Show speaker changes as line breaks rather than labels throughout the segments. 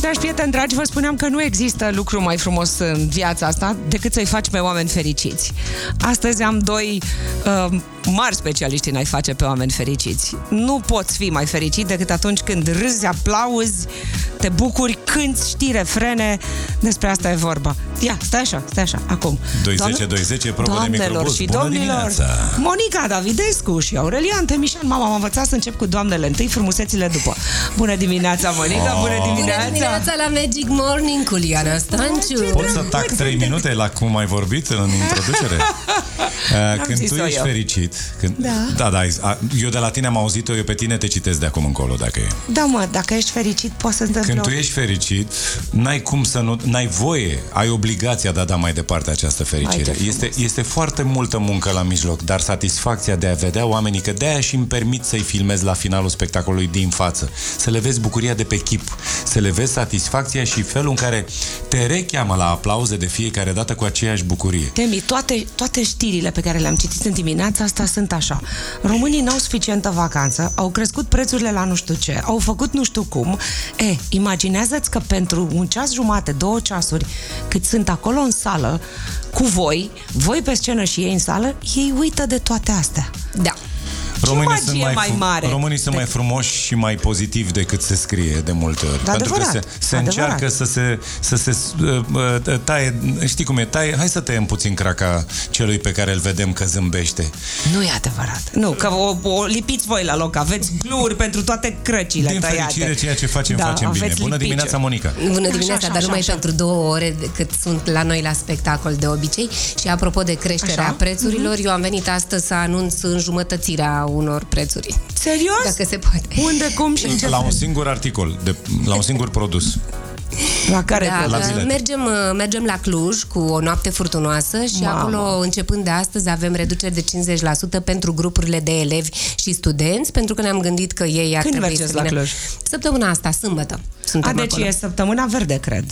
Dragi prieteni, dragi, vă spuneam că nu există lucru mai frumos în viața asta decât să-i faci pe oameni fericiți. Astăzi am doi uh, mari specialiști în a-i face pe oameni fericiți. Nu poți fi mai fericit decât atunci când râzi, aplauzi, te bucuri, cânti, știi refrene. Despre asta e vorba. Ia, stai așa, stai așa, acum.
20 20 probă de microbus.
și
Bună
domnilor,
dimineața!
Monica Davidescu și Aurelian Temișan. Mama, am învățat să încep cu doamnele întâi, frumusețile după. Bună dimineața, Monica, bună
Bună
dimineața!
dimineața la Magic Morning cu Liana Stanciu.
Pot să tac 3 minute la cum ai vorbit în introducere? Uh, Când tu
zis-o
ești
eu.
fericit... Când... Da. Da, da, ai- a- eu de la tine am auzit-o, eu pe tine te citesc de acum încolo, dacă e.
Da, mă, dacă ești fericit, poți să întâmple
Când tu
orice.
ești fericit, n-ai cum să nu... N-ai voie, ai obligația de a da mai departe această
Hai, ce
fericire.
frumos.
Este, este foarte multă muncă la mijloc, dar satisfacția de a vedea oamenii, că de-aia și îmi permit să-i filmez la finalul spectacolului din față, să le vezi bucuria de pe chip, să le vezi satisfacția și felul în care te recheamă la aplauze de fiecare dată cu aceeași bucurie.
Temi, toate, toate știrile pe care le-am citit în dimineața asta sunt așa. Românii n-au suficientă vacanță, au crescut prețurile la nu știu ce, au făcut nu știu cum. E, imaginează-ți că pentru un ceas jumate, două ceasuri, cât sunt acolo în sală, cu voi, voi pe scenă și ei în sală, ei uită de toate astea.
Da.
magie mai
fru-
mare
Românii sunt mai frumoși și mai pozitivi decât se scrie de multe ori.
Da,
pentru că se,
adevărat,
se
adevărat.
încearcă să se, să se uh, uh, taie, știi cum e, taie, hai să tăiem puțin craca celui pe care îl vedem că zâmbește.
Nu e adevărat. Nu, că o, o lipiți voi la loc, aveți gluri pentru toate crăcile
Din
tăiate.
fericire, ceea ce facem,
Da,
facem bine.
aveți
Bună
lipici.
dimineața, Monica!
Bună
Așa,
dimineața,
așa,
dar
așa,
numai
așa.
pentru două ore cât sunt la noi la spectacol de obicei. Și apropo de creșterea
Așa. Mhm.
prețurilor, eu am venit astăzi să anunț înjumătățirea unor prețuri.
Serios?
Dacă se poate.
Unde, cum și în ce
La un singur articol, de, la un singur produs.
La care
Da,
La
că
bilete.
mergem, uh, mergem la Cluj cu o noapte furtunoasă și
Mamă.
acolo, începând de astăzi, avem reduceri de 50% pentru grupurile de elevi și studenți, pentru că ne-am gândit că ei
Când
ar trebui
mergeți
să
la
vină.
Cluj?
Săptămâna asta, sâmbătă. Suntem
A, deci
acolo.
e săptămâna verde, cred.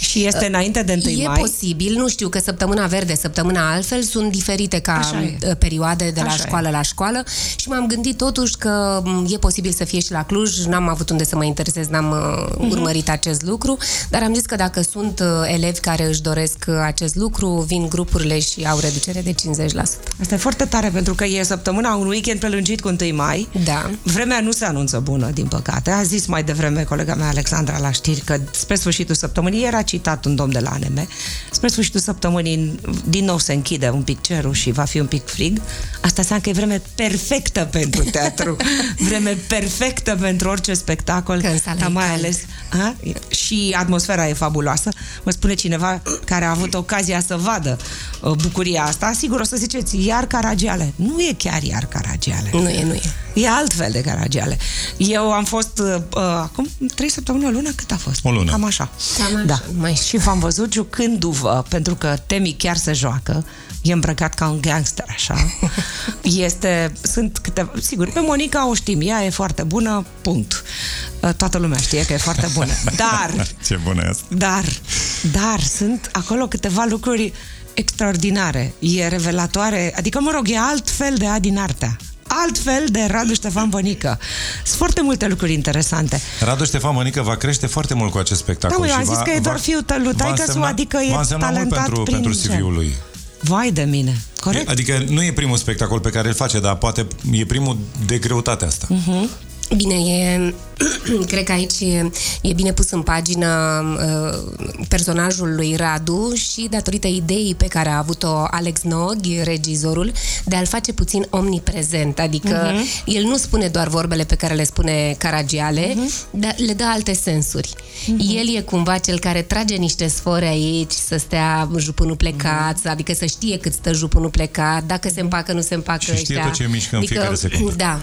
Și este înainte de 1
Uh, E
mai.
posibil, nu știu că săptămâna verde, săptămâna altfel sunt diferite ca
Așa e.
uh, perioade de la
Așa e.
școală la școală și m-am gândit totuși că m, e posibil să fie și la Cluj, n-am avut unde să mă interesez, n-am
Mhm.
uh, urmărit acest lucru, dar am zis că dacă sunt uh, elevi care își doresc uh, acest lucru, vin grupurile și au reducere de 50%.
Asta e foarte tare pentru că e săptămâna un weekend prelungit cu 1 mai.
Da.
Vremea nu se anunță bună, din păcate. A zis mai devreme colega mea Alexandra la știri că spre sfârșitul săptămânii era citat un domn de la ANM. Spre sfârșitul săptămânii din nou se închide un pic cerul și va fi un pic frig. Asta înseamnă că e vreme perfectă pentru teatru. vreme perfectă pentru orice spectacol.
Că în sală
dar
e
mai
cald.
ales a? și atmosfera e fabuloasă. Mă spune cineva care a avut ocazia să vadă uh, bucuria asta. Sigur o să ziceți, iar Caragiale. Nu e chiar iar Caragiale.
Nu e, nu e.
E altfel de Caragiale. Eu am fost uh, uh, acum trei săptămâni, o lună, cât a fost?
O lună.
Cam așa.
Cam așa,
Da.
mai știu.
Și v-am văzut jucându-vă, pentru că Temi chiar se joacă. E îmbrăcat ca un gangster, așa. Este, sunt câteva, sigur, pe Monica o știm, ea e foarte bună, punct. Uh, Toată lumea știe că e foarte bună. Dar,
Ce bună e asta!
dar, dar sunt acolo câteva lucruri extraordinare. E revelatoare, adică, mă rog, e altfel de Adi Nartea. Altfel de Radu Ștefan Bănică. Sunt foarte multe lucruri interesante.
Radu Ștefan Mănică va crește foarte mult cu acest spectacol.
Da, mă, eu
și
am
va,
zis că e doar
va-
fiul tău, lui
va
taică-su,
însemna-
adică e
va însemna mult
talentat
pentru,
prin
pentru
gen.
CV-ul lui.
Vai de mine, corect?
Adică nu e primul spectacol pe care îl face, dar poate e primul de greutate asta.
Mhm.
Bine, e, cred că aici e, e bine pus în pagină uh, personajul lui Radu și datorită ideii pe care a avut-o Alex Nog, regizorul, de a-l face puțin omniprezent. Adică
Mhm.
uh-huh. el nu spune doar vorbele pe care le spune Caragiale,
Mhm.
uh-huh. dar le dă alte sensuri. Uh-huh. El e cumva cel care trage niște sfore aici, să stea jupunul plecat,
Mhm.
uh-huh. adică să știe cât stă jupunul plecat, dacă se împacă, nu se împacă
Și știe
ăștia.
tot ce mișcă în fiecare secundă.
Da,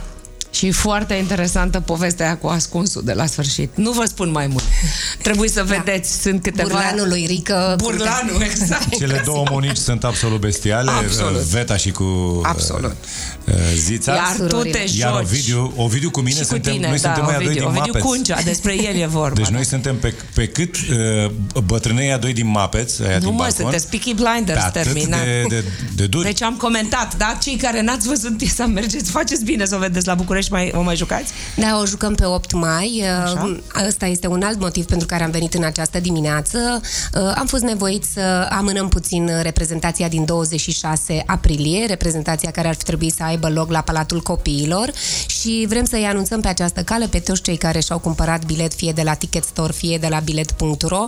Și foarte interesantă povestea aia cu ascunsul de la sfârșit. Nu vă spun mai mult. Trebuie să vedeți, sunt câteva...
Burlanul lui Rică.
Da. Burlanul, exact.
Cele două monici sunt absolut bestiale, uh,
Absolut.
Veta și cu
Absolut.
uh, uh, Zița.
Iar tu
Surorile.
te
Iar
joci.
Ovidiu, Ovidiu cu mine
și cu
suntem,
tine,
noi
da,
suntem aia doi
Ovidiu,
din
Ovidiu
Muppets.
Cuncea, despre el e vorba.
Deci
da.
noi suntem pe, pe cât uh, bătrânei aia doi din Muppets, aia
Nu
din
mă,
balcon,
sunteți Peaky
pe
Blinders
atât
terminat.
de, de, de duri.
Deci am comentat, da? Cei care n-ați văzut piesa, mergeți, faceți bine să o vedeți la București. și mai, o mai jucați?
Da, o jucăm pe 8 mai. uh,
Așa.
Ăsta este un alt motiv pentru care am venit în această dimineață. Uh, Am fost nevoit să amânăm puțin reprezentația din 26 aprilie, reprezentația care ar fi trebuit să aibă loc la Palatul Copiilor și vrem să-i anunțăm pe această cale pe toți cei care și-au cumpărat bilet fie de la Ticket Store, fie de la bilet.ro uh,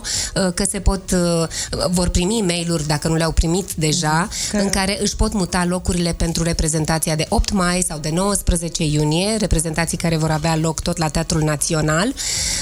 că se pot, uh, vor primi mail-uri dacă nu le-au primit deja,
Că-
că... în care își pot muta locurile pentru reprezentația de 8 mai sau de 19 iunie, reprezentații care vor avea loc tot la Teatrul Național,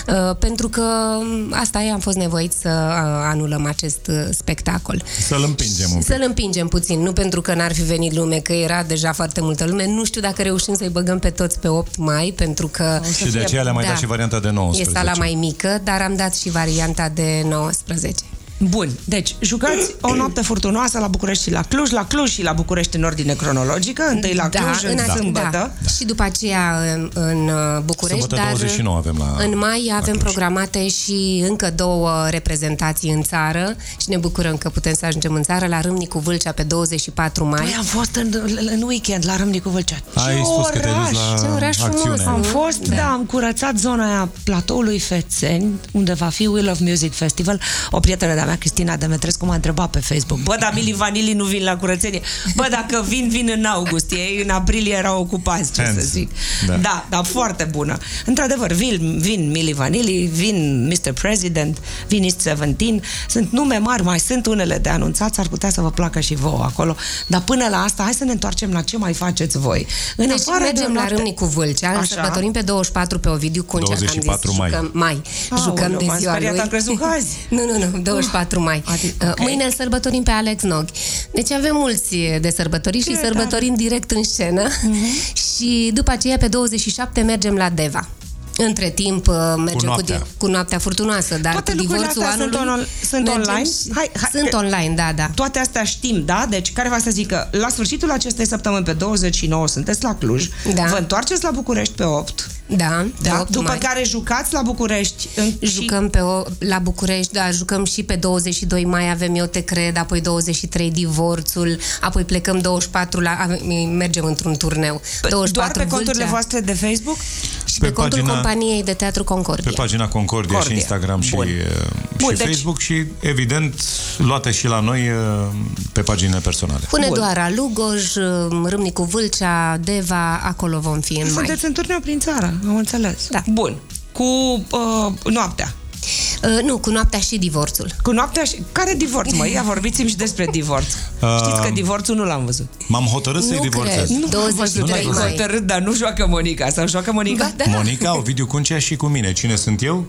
uh, pentru că um, asta e, am fost nevoit să uh, anulăm acest uh, spectacol.
Să-l împingem un pic.
Să-l împingem puțin, nu pentru că n-ar fi venit lume, că era deja foarte multă lume. Nu știu dacă reușim să-i băgăm pe toți pe 8 mai, pentru că
Și de aceea le-am mai
Da.
dat și varianta de
e
19.
sala mai mică, dar am dat și varianta de 19.
Bun, deci jucați o noapte furtunoasă la București și la Cluj, la Cluj și la București în ordine cronologică, întâi la Cluj, în
ace-
sâmbătă.
Da. Și după aceea în, în uh, București,
Sâmbătă
dar
29 avem la-
în mai
la
avem
Cluj.
programate și încă două reprezentații în țară și ne bucurăm că putem să ajungem în țară la Râmnicu Vâlcea pe 24 mai.
Păi am fost în, în weekend la Râmnicu Vâlcea.
Ai
Ce
spus că te-ai
oraș!
dus la
ce oraș frumos!
acțiune.
Am
Nu?
fost, da.
Da.
da, am curățat zona aia platoului Fețeni, unde va fi Will of Music Festival. O prietenă de-a mea, Cristina Demetrescu, m-a întrebat pe Facebook. Bă, dar Mili Vanili nu vin la curățenie. Bă, dacă vin, vin în august. Ei în aprilie erau ocupați, ce
Handsome.
să zic.
Da.
Da. da, dar foarte bună. Într-adevăr, vin, vin Mili Vanili, vin Mr. President, vin East 17. Sunt nume mari, mai sunt unele de anunțat, ar putea să vă placă și vouă acolo. Dar până la asta, hai să ne întoarcem la ce mai faceți voi. În
Deci
afară de
mergem
o
la
noapte-
Râmnicu Vâlcea, îl
Așa.
sărbătorim pe 24 pe Ovidiu Cuncea,
24
am zis,
mai.
jucăm mai.
Aoleu,
jucăm de
m-am
ziua
speriat,
lui.
am crezut că azi.
nu, nu, nu, 24 mai.
Adică,
Uh,
ok.
Mâine îl sărbătorim pe Alex Nog. Deci avem mulți de sărbători și
tare.
sărbătorim direct în scenă.
Mhm.
Și după aceea pe 27 mergem la Deva. Între timp uh, mergem cu,
noaptea.
cu noaptea furtunoasă, dar
Toate
cu
lucrurile
divorțul
astea sunt
anului
on- sunt
mergem
online?
și-
Hai, hai,
sunt
că-
online, da, da.
Toate astea știm, da? Deci care va să zică, la sfârșitul acestei săptămâni, pe 29, sunteți la Cluj,
Da.
vă întoarceți la București pe 8,
Da, pe
da?
8
după
mai.
care jucați la București în, și
Jucăm pe o, la București, da, jucăm și pe 22 mai avem Eu te cred, apoi 23 divorțul, apoi plecăm 24 la avem, mergem într-un turneu. 24
doar pe conturile
Vâlcea
voastre de Facebook?
și pe,
Pe
contul
pagina-
companiei de teatru
Pe
Concordia.
pagina Concordia,
Concordia.
și Instagram și,
Bun.
uh,
Bun,
și
deci-
Facebook și, evident, luate și la noi uh, pe paginile personale.
Pune
Bun.
doar Alugoj, um, Râmnicu Vâlcea, Deva, acolo vom fi în mai.
Sunteți în turneu prin țară, am înțeles.
Da.
Bun. Cu uh, noaptea.
Uh, nu, cu noaptea și divorțul.
Cu noaptea și... Care divorț, mă? Ia vorbiți-mi și despre divorț.
Uh,
Știți că divorțul nu l-am văzut.
M-am hotărât să-i
nu
divorțez.
cred. 23
Nu l-am
mai.
hotărât, dar nu joacă Monica. Sau joacă Monica?
Ba, da.
Monica, Ovidiu Cuncea și cu mine. Cine sunt eu?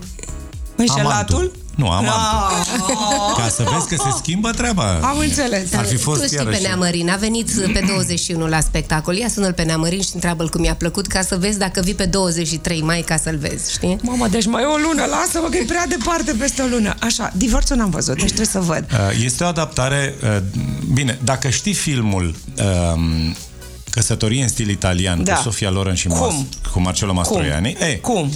Înșelatul?
Nu, amantul.
Păi Ah,
Ca să vezi că se schimbă treaba.
Am înțeles.
Ar fi fost
tu știi
iarăși-
pe Neamărin, a venit pe 21 la spectacol. Ia sună-l pe Neamărin și întreabă-l cum i-a plăcut ca să vezi dacă vii pe 23 mai ca să-l vezi, știi?
Mamă, deci mai e o lună, lasă-mă că e prea departe peste o lună. Așa, divorțul n-am văzut, deci trebuie să văd.
Uh, Este o adaptare... uh, Bine, dacă știi filmul um, Căsătorie în stil italian
Da.
cu Sofia Loren și
Cum?
Mas- cu Marcelo Mastroianni, e,
Cum?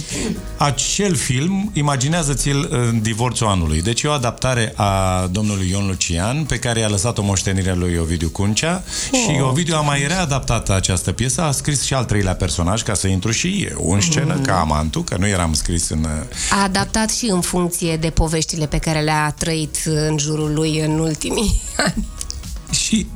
acel film, imaginează-ți-l în divorțul anului. Deci e o adaptare a domnului Ion Lucian, pe care i-a lăsat o moștenire lui Ovidiu Cuncea
Oh.
și Ovidiu a mai readaptat această piesă, a scris și al treilea personaj, ca să intru și eu în scenă,
Mhm.
ca amantul, că nu eram scris în... uh,
A adaptat și în funcție de poveștile pe care le-a trăit în jurul lui în ultimii ani.
Și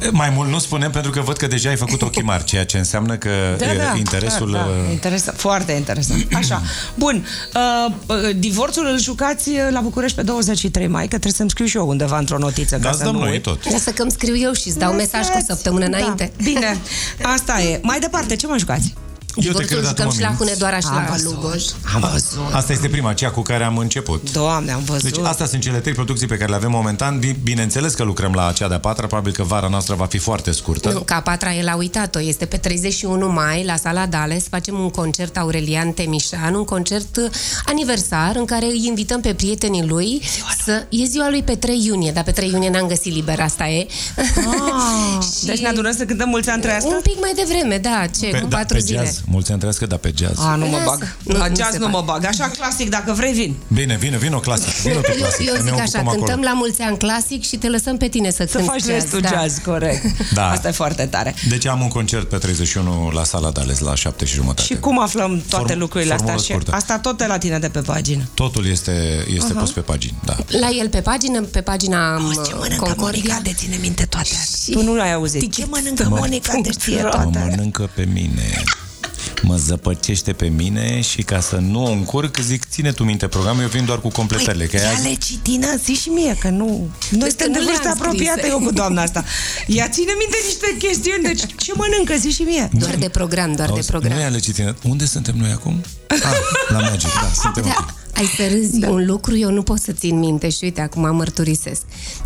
eh, mai mult nu spunem pentru că văd că deja ai făcut ochii mari, ceea ce înseamnă că eh, interesul...
Da, da.
eh,
Interesa- foarte interesant. Așa. Bun. Uh, uh, divorțul îl jucați uh, la București pe 23 mai, că trebuie să-mi scriu și eu undeva într-o notiță. ca
Da,
să
da,
nu
domnul, e
uit.
tot.
Lasă că îmi scriu eu și îți dau mesaj cu o săptămână
Da.
înainte.
Bine, asta e. Mai departe, ce mai jucați?
Eu te
Divorțul
cred
jucăm
acum
și la Hunedoara și la
văzut.
Lugoj.
Am văzut.
Asta este prima, aceea cu care am început.
Doamne, am văzut.
Deci astea sunt cele trei producții pe care le avem momentan. Bi- Bineînțeles că lucrăm la cea de-a patra, probabil că vara noastră va fi foarte scurtă.
Da. Nu, că a patra el a uitat-o. Este pe 31 mai la sala Dales. Facem un concert Aurelian Temișan, un concert uh, aniversar în care îi invităm pe prietenii lui să... E ziua lui pe 3 iunie, dar pe 3 iunie n-am găsit liber, asta e.
Ah,
Și-
Deci ne adunăm să cântăm mulți ani trăiască?
Un pic mai devreme, da, ce,
Pe-
cu
da,
patru
pe
zile.
jazz jazz. Mulți ani trăiască, dar pe jazz.
A, nu mă
Lasă.
bag.
Nu,
La
nu
jazz
se
nu mă bag.
poate.
Așa clasic, dacă vrei, vin.
Bine, vine, vino clasic. Vino tu clasic.
Eu
că ne
zic așa,
ocupăm
acolo.
acolo.
cântăm la mulți ani clasic și te lăsăm pe tine să,
Să faci restul jazz, corect.
Da.
Asta e foarte tare.
Deci am un concert pe 31 la sala Dales la 7 și jumătate.
Și cum aflăm toate
Form-
lucrurile astea?
formulă
Și
scurtă.
asta tot de la tine de pe pagină.
Totul este, este uh-huh. pus pe pagini, da.
La el pe pagină, pe pagina uh, Concordia.
de ține minte toate
Și-
Tu nu l-ai auzit.
ce mănâncă Monica de știe
Mă mănâncă pe mine. Mă zăpăcește pe mine și ca să nu o încurc, zic, ține tu minte programul, eu vin doar cu completările.
Păi,
că
Păi, Ia
azi-
le citina, zi și mie, că nu... Noi suntem de
nu
vârstă
le-am scris.
apropiată eu cu doamna asta. Ea ține minte niște chestiuni, deci ce mănâncă, zi și mie.
Doar de program, doar de
Auzi,
program.
Noi ale citine. Unde suntem noi acum? Ah, la Magic, da, suntem
Da,
acum.
ai să râzi da. un lucru, eu nu pot să țin minte și uite, acum mărturisesc.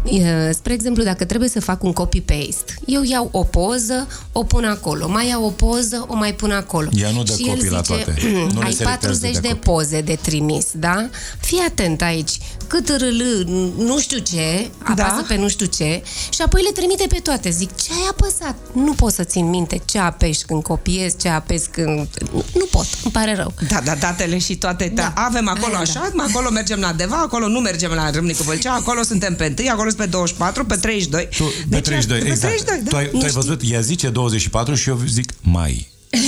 E, Spre exemplu, dacă trebuie să fac un copy-paste, eu iau o poză, o pun acolo, mai iau o poză, o mai pun acolo.
Ea nu dă
Și el
copii la
zice, "Mm,
toate. Nu le
ai
selectează
40
de
de
copii."
poze de trimis, da? Fii atent aici. Cât râl, nu știu ce, apasă
Da.
pe nu știu ce și apoi le trimite pe toate. Zic, ce ai apăsat? Nu pot să țin minte ce apeși când copiez, ce apeși când... Nu pot, îmi pare rău.
Da, da, datele și toate. Da. Avem acolo
Aia,
așa, acolo mergem la Deva, acolo nu mergem la Râmnicu Vâlcea, acolo suntem pe 1, acolo suntem pe 24, pe 32.
Tu, pe 32,
Deci, pe
exact.
32, da.
tu, ai, tu ai văzut, ea zice 24 și eu zic mai.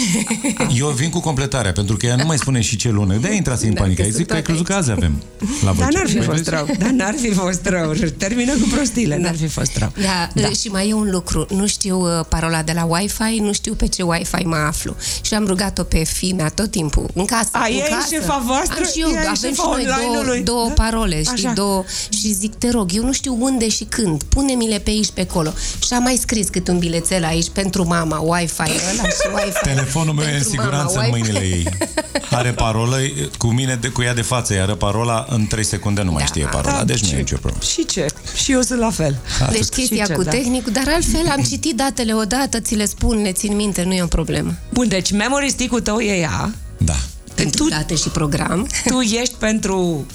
Eu vin cu completarea, pentru că ea nu mai spune și ce lună. De-aia intrați în
Da,
panică.
că
Ai zis
sunt
că ai crezut
toate
că azi avem la
Dar
Vâlcea.
n-ar fi
Păi
fost
vezi?
rău. Dar n-ar fi fost rău. Termină cu prostiile. N-ar fi fost rău.
Da, da, și mai e un lucru. Nu știu uh, parola de la Wi-Fi, nu știu pe ce Wi-Fi mă aflu. Și am rugat-o pe fimea tot timpul, în casă,
A,
în
ea e
casă.
șefa voastră?
Am și eu,
Ea e
avem
șefa
și noi două,
online-ului,
două
da?
parole, știi,
Așa.
două. Și zic, te rog, eu nu știu unde și când, pune-mi le pe aici, pe acolo. Și am mai scris cât un bilețel aici pentru mama, Wi-Fi ăla și Wi-Fi.
Telefonul meu e în
pentru
siguranță
mama, Deci Wi-Fi.
în mâinile ei. Are parolă cu mine, de, cu ea de față, iar parola în 3 secunde nu mai
Da.
știe parola, deci nu
ce-
e nicio problemă.
Și ce? Și eu sunt la fel.
Deci chestia
Și ce,
cu
da.
tehnicul, dar altfel am citit datele odată, ți le spun, le țin minte, nu e o problemă.
Bun, deci memory stick-ul tău e ea.
Da.
Pentru
Păi Tu-
date și program.
Tu ești pentru...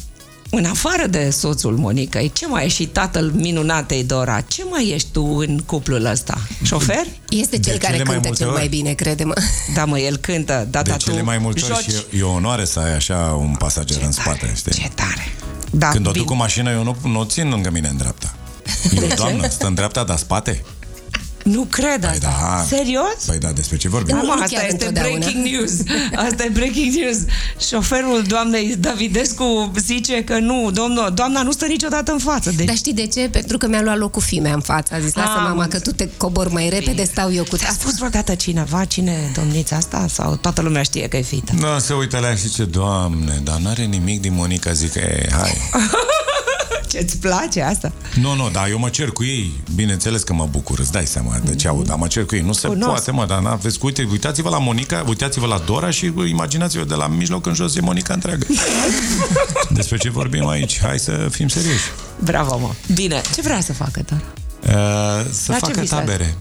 În afară de soțul Monicăi, ce mai ești și tatăl minunatei Dora? Ce mai ești tu în cuplul ăsta? Șofer?
Este cel
De
care
cele mai
cântă
multe
cel mai
ori.
bine, crede-mă.
Da, mă, el cântă,
De
data
Deci cele
tu
mai multe ori
joci.
și e, e onoare să ai așa un pasager în spate, știi?
Ce tare! Da,
Când o
bine.
duc cu mașina, eu nu, nu o țin lângă mine în dreapta. Eu, doamnă, stă în dreapta, dar spate?
Nu cred asta.
da.
Serios?
Păi da, despre ce vorbim?
Nu,
Mamă,
nu
asta
chiar
este
întotdeauna.
breaking news. Asta e breaking news. Șoferul doamnei Davidescu zice că nu, domnul, doamna nu stă niciodată în față. Deci
Dar știi de ce? Pentru că mi-a luat locul fimea în față. A zis, lasă
Am
mama că tu te cobor mai repede, stau eu cu
a
tine.
spus vreodată cineva cine domnița asta sau toată lumea știe că e fită?
Da, se uită la ea și zice, doamne, dar n-are nimic din Monica, zic, e, hai.
Ce-ți place asta?
Nu, nu, dar eu mă cer cu ei. Bineînțeles că mă bucur, îți dai seama de ce aud, dar mă cer cu ei. Nu se
Cunosc.
poate, mă, dar n-aveți cu... Uite, uitați-vă la Monica, uitați-vă la Dora și imaginați-vă de la mijloc în jos e Monica întreagă. Despre ce vorbim aici? Hai să fim serioși.
Bravo, mă! Bine, ce vrea să facă, dar?
Uh, să
La ce
facă
visați?
tabere.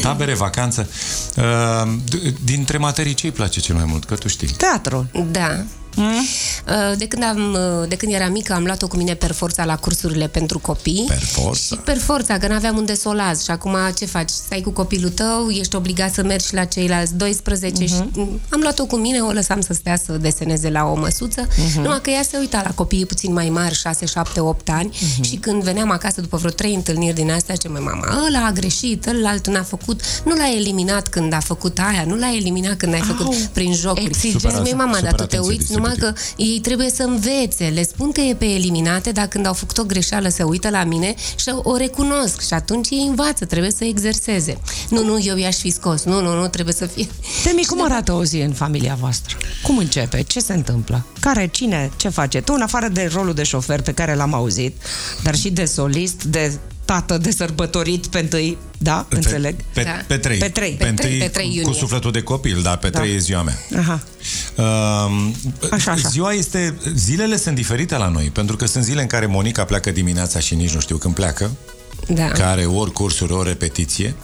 Tabere, vacanță. Uh, d- dintre materii ce îi place cel mai mult? Că tu știi.
Teatru.
Da.
Mm?
Uh, De când, am, uh, de când eram mică am luat-o cu mine per forța la cursurile pentru copii
Per forța?
Și per forța, că n-aveam unde să o las Și acum ce faci? Stai cu copilul tău, ești obligat să mergi la ceilalți 12 uh-huh. și, mm, Am luat-o cu mine, o lăsam să stea să deseneze la o măsuță uh-huh. Numai că ea se uita la copiii puțin mai mari, 6, 7, 8 ani uh-huh. Și când veneam acasă după vreo 3 întâlniri din astea Ce mai mama, ăla a greșit, ăla altul n-a făcut Nu l-a eliminat când a făcut aia, nu l-a eliminat când ai făcut prin jocuri
Super,
Zice, mie
super,
mama, dar
super
tu te
atenție
uiți numai că ei trebuie să învețe. Le spun că e pe eliminate, dar când au făcut o greșeală se uită la mine și o recunosc și atunci ei învață, trebuie să exerseze. Nu, nu, eu i-aș fi scos. Nu, nu, nu, trebuie să fie.
Temi, cum arată o zi în familia voastră? Cum începe? Ce se întâmplă? Care, cine, ce face? Tu, în afară de rolul de șofer pe care l-am auzit, dar și de solist, de tată, de sărbătorit pe întâi, da? Înțeleg?
Pe,
Da.
pe, trei.
Pe trei.
Pe,
Pe
trei,
trei,
pe trei
cu
iunie.
sufletul de copil, da, pe trei e ziua mea.
Aha.
Um,
Așa, așa.
Ziua este, zilele sunt diferite la noi, pentru că sunt zile în care Monica pleacă dimineața și nici nu știu când pleacă,
Da.
care are ori cursuri, ori repetiție.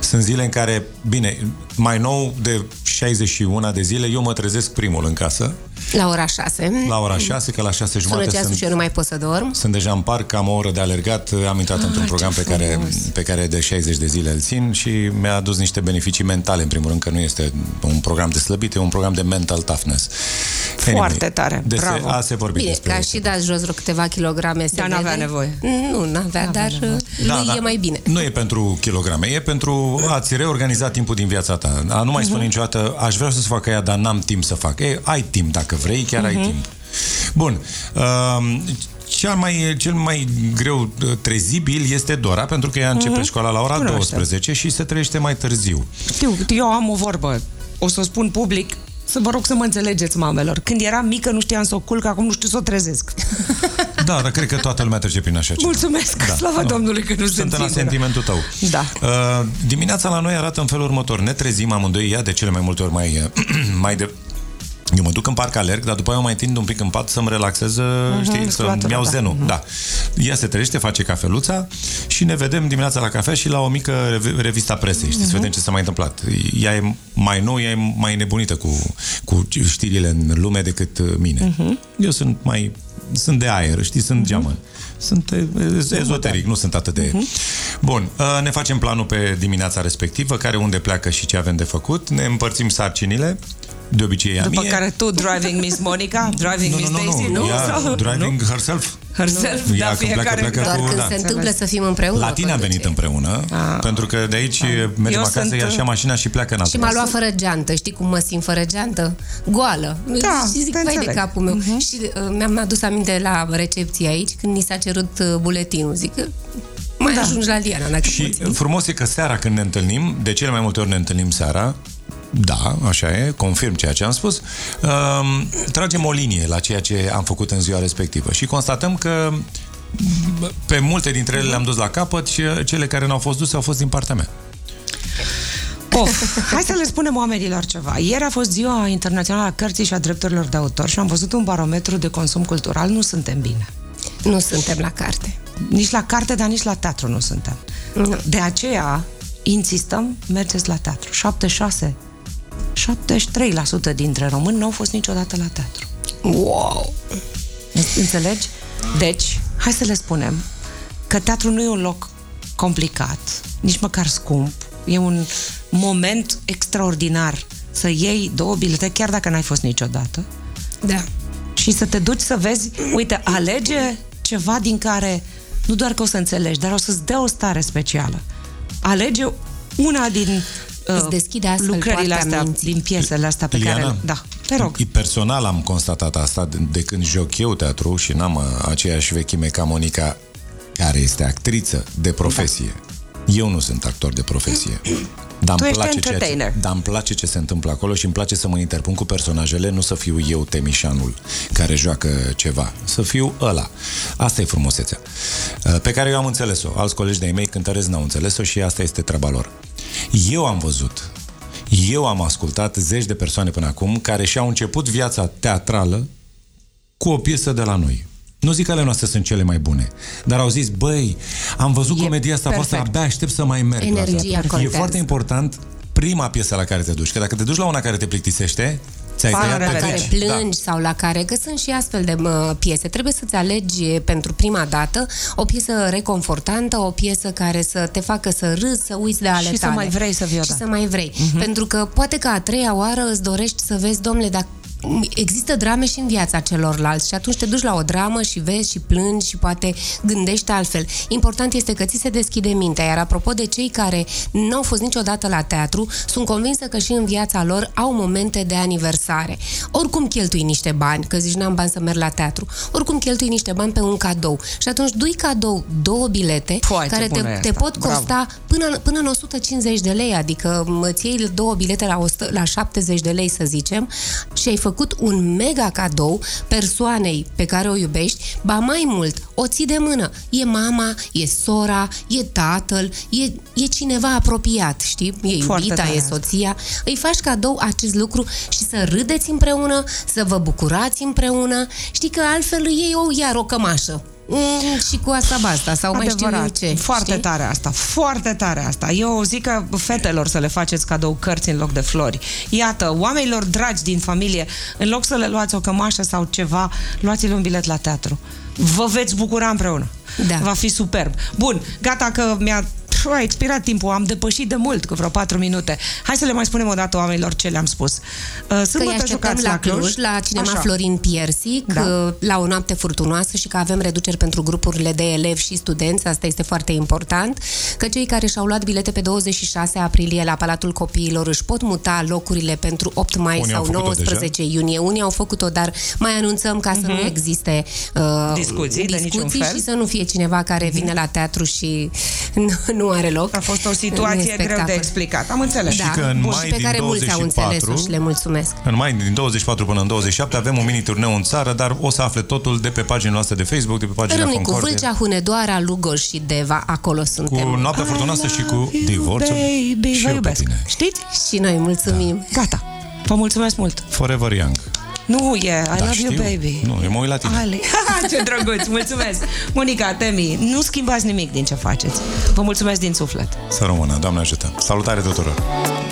Sunt zile în care, bine, mai nou de 61 de zile, eu mă trezesc primul în casă
La ora 6.
La ora 6, că la 6
Sună
jumate
ceasul
sunt,
Mm. și eu nu mai pot să dorm.
sunt deja în parc, am o oră de alergat, am intrat
Ah,
într-un
ce
program pe care,
frumos.
pe care de 60 de zile îl țin și mi-a adus niște beneficii mentale, în primul rând că nu este un program de slăbit, e un program de mental toughness.
Foarte tare,
Despre
bravo.
A se vorbi
Bine,
despre
că aș și dat jos vreo câteva kilograme. se
Dar n-avea
vede.
nevoie.
Nu, n-avea, dar lui e mai bine.
Da, Nu e pentru kilograme, e pentru a-ți reorganiza timpul din viața ta. A nu mai spune
Mhm.
niciodată, aș vrea să-ți fac aia, dar n-am timp să fac. Ei, ai timp dacă vrei, chiar
Mhm.
ai timp. Bun. Um, cel mai, cel mai greu uh, trezibil este Dora, pentru că ea începe
Mhm.
școala la ora
Cunoaște.
12 și se trezește mai târziu.
Știu, eu am o vorbă, o să o spun public, să vă rog să mă înțelegeți, mamelor. Când eram mică, nu știam să o culc, acum nu știu să o trezesc.
Da, dar cred că toată lumea trece prin așa ceva.
Mulțumesc, da. slavă
Nu.
Domnului că nu
Sunt
sunt
la
singură.
sentimentul tău.
Da.
Uh, dimineața la noi arată în felul următor. Ne trezim amândoi, ea de cele mai multe ori mai, uh, mai de... Eu mă duc în parc, alerg, dar după aia mă mai tind un pic în pat să-mi relaxez, uh știi, să-mi
musculatura,
iau
da.
zenul. Da. Ea se trește, face cafeluța și ne vedem dimineața la cafea și la o mică rev- revista presei, știi, să
Mhm.
vedem ce s-a mai întâmplat. Ea e mai nouă, ea e mai nebunită cu, cu știrile în lume decât uh, mine.
Mhm.
Eu sunt mai sunt de aer, știi, sunt geamăn. Sunt e- e- ezoteric, nu sunt atât de... Bun, uh, ne facem planul pe dimineața respectivă, care unde pleacă și ce avem de făcut, ne împărțim sarcinile, de obicei ea
După
mie.
care tu, driving Miss Monica, driving
nu,
Miss
nu,
Daisy,
nu, nu, ea
Sau-
driving herself.
Herself,
Nu. Ea
da,
când pleacă,
fiecare
pleacă
da.
Doar
cu-
când
da.
se întâmplă să fim împreună.
La tine am
conduce.
venit împreună, pentru că de aici mergem
Eu
acasă,
sunt,
ia și ia mașina și pleacă în altă
Și m-a
parte.
luat fără geantă, știi cum mă simt fără geantă? Goală.
Da,
și zic,
te
vai de
înțeleg. Mhm.
capul meu. Și uh, mi-am adus aminte la recepție aici, când mi s-a cerut uh, buletinul. Zic că
Da.
mai ajungi la Diana, dacă
Și uh,
poți.
frumos e că seara când ne întâlnim, de cele mai multe ori ne întâlnim seara, da, așa e, confirm ceea ce am spus, um, tragem o linie la ceea ce am făcut în ziua respectivă și constatăm că m, pe multe dintre ele le-am dus la capăt și uh, cele care n-au fost duse au fost din partea mea.
Of, hai să le spunem oamenilor ceva. Ieri a fost ziua internațională a cărții și a drepturilor de autor și am văzut un barometru de consum cultural. Nu suntem bine.
Nu suntem la carte.
Nici la carte, dar nici la teatru nu suntem.
Nu.
De aceea insistăm, mergeți la teatru. 76 73% dintre români nu au fost niciodată la teatru.
Wow!
Înțelegi? Deci, hai să le spunem că teatru nu e un loc complicat, nici măcar scump. E un moment extraordinar să iei două bilete, chiar dacă n-ai fost niciodată,
Da.
și să te duci să vezi, uite, alege ceva din care nu doar că o să înțelegi, dar o să-ți dea o stare specială. Alege una din uh,
Îți deschide astfel
lucrările
poarta
astea,
minții.
din piesele astea pe
Liliana?
care... Da, te rog.
Personal am constatat asta de- de când joc eu teatru și n-am uh, aceeași vechime ca Monica, care este actriță de profesie.
Da.
Eu nu sunt actor de profesie. Dar
Tu
îmi,
ești
place ceea ce,
entertainer.
dar îmi place ce se întâmplă acolo și îmi place să mă interpun cu personajele, nu să fiu eu temișanul care joacă ceva. Să fiu ăla. Asta e frumusețea. uh, Pe care eu am înțeles-o. Alți colegi de-ai mei cântăresc n-au înțeles-o și asta este treaba lor. Eu am văzut eu am ascultat zeci de persoane până acum care și-au început viața teatrală cu o piesă de la noi. Nu zic că ale noastre sunt cele mai bune, dar au zis, băi, am văzut
E
comedia asta voastră,
perfect.
abia aștept să mai merg. la
Energia
teatru." E
contează.
foarte important prima piesă la care te duci, că dacă te duci la una care te plictisește, ți-ai
Pa,
tăiat
la
pe
revedere.
care
veci.
plângi sau la care, că sunt și astfel de mă, piese. Trebuie să-ți alegi pentru prima dată o piesă reconfortantă, o piesă care să te facă să râzi, să uiți de ale
Și să
tale.
mai vrei să vii
Și
odată.
exact. să mai vrei.
Mhm.
Pentru că poate că a treia oară îți dorești să vezi, domnule, dacă Există drame și în viața celorlalți și atunci te duci la o dramă și vezi și plângi și poate gândești altfel. Important este că ți se deschide mintea, iar apropo de cei care nu au fost niciodată la teatru, sunt convinsă că și în viața lor au momente de aniversare. Oricum cheltui niște bani, că zici n-am bani să merg la teatru, oricum cheltui niște bani pe un cadou și atunci dui cadou două bilete
Foarte
care te,
bună e
te
asta.
pot
Bravo.
costa costa până, până în 150 de lei, adică mă, îți iei două bilete la, 100, la 70 de lei, să zicem, și ai făcut un mega cadou persoanei pe care o iubești, ba mai mult, o ții de mână. E mama, e sora, e tatăl, e, e cineva apropiat, știi? E
Foarte
iubita,
tare
e
asta.
soția. Îi faci cadou acest lucru și să râdeți împreună, să vă bucurați împreună, știi că altfel îi iei o, iar o cămașă. Mm, și cu asta basta, sau mai
Adevărat.
știu eu ce.
Foarte
știi?
tare asta, foarte tare asta. Eu zic că fetelor să le faceți cadou cărți în loc de flori. Iată, oamenilor dragi din familie, în loc să le luați o cămașă sau ceva, luați-le un bilet la teatru. Vă veți bucura împreună.
Da.
Va fi superb. Bun, gata că mi-a pf, a expirat timpul, am depășit de mult cu vreo 4 minute. Hai să le mai spunem o dată oamenilor ce le-am spus. Uh,
Că îi
Sâmbătă
așteptăm
jucați
la Cluj, la cinema
Așa.
Florin Piersic,
Da.
da. la o noapte furtunoasă și că avem reduceri pentru grupurile de elevi și studenți, asta este foarte important, că cei care și-au luat bilete pe 26 aprilie la Palatul Copiilor își pot muta locurile pentru 8 mai
Unii au
sau
făcut-o
19 iunie. Unii au făcut-o, dar mai anunțăm ca să nu existe uh,
Mhm. Discuții de niciun
discuții
fel. Mhm.
și să nu fie cineva care vine la teatru și nu, nu are loc.
A fost o
Nu e
situație greu de
spectacol.
explicat. Am înțeles.
Da,
că în
bun,
mai
și pe
din
care mulți au
24
înțeles și le mulțumesc.
Da. În mai, din 24 până în 27, avem un mini turneu în țară, dar o să afle totul de pe pagina noastră de Facebook, de pe pagina
Râmnicu,
Concordia.
Vâlcea, Hunedoara, Lugoj și Deva, acolo
Cu
suntem.
noaptea furtunoasă și cu divorțul.
Baby,
și
vă
eu pe
iubesc.
tine.
Știți?
Și noi mulțumim.
Gata. Vă mulțumesc mult.
Forever Young.
Nu e, I
Da,
love
știu.
you baby.
Nu, eu mă uit la tine.
Ale. ce drăguț, mulțumesc. Monica, Temi, nu schimbați nimic din ce faceți. Vă mulțumesc din suflet.
Să rămână, Doamne ajută. Salutare tuturor!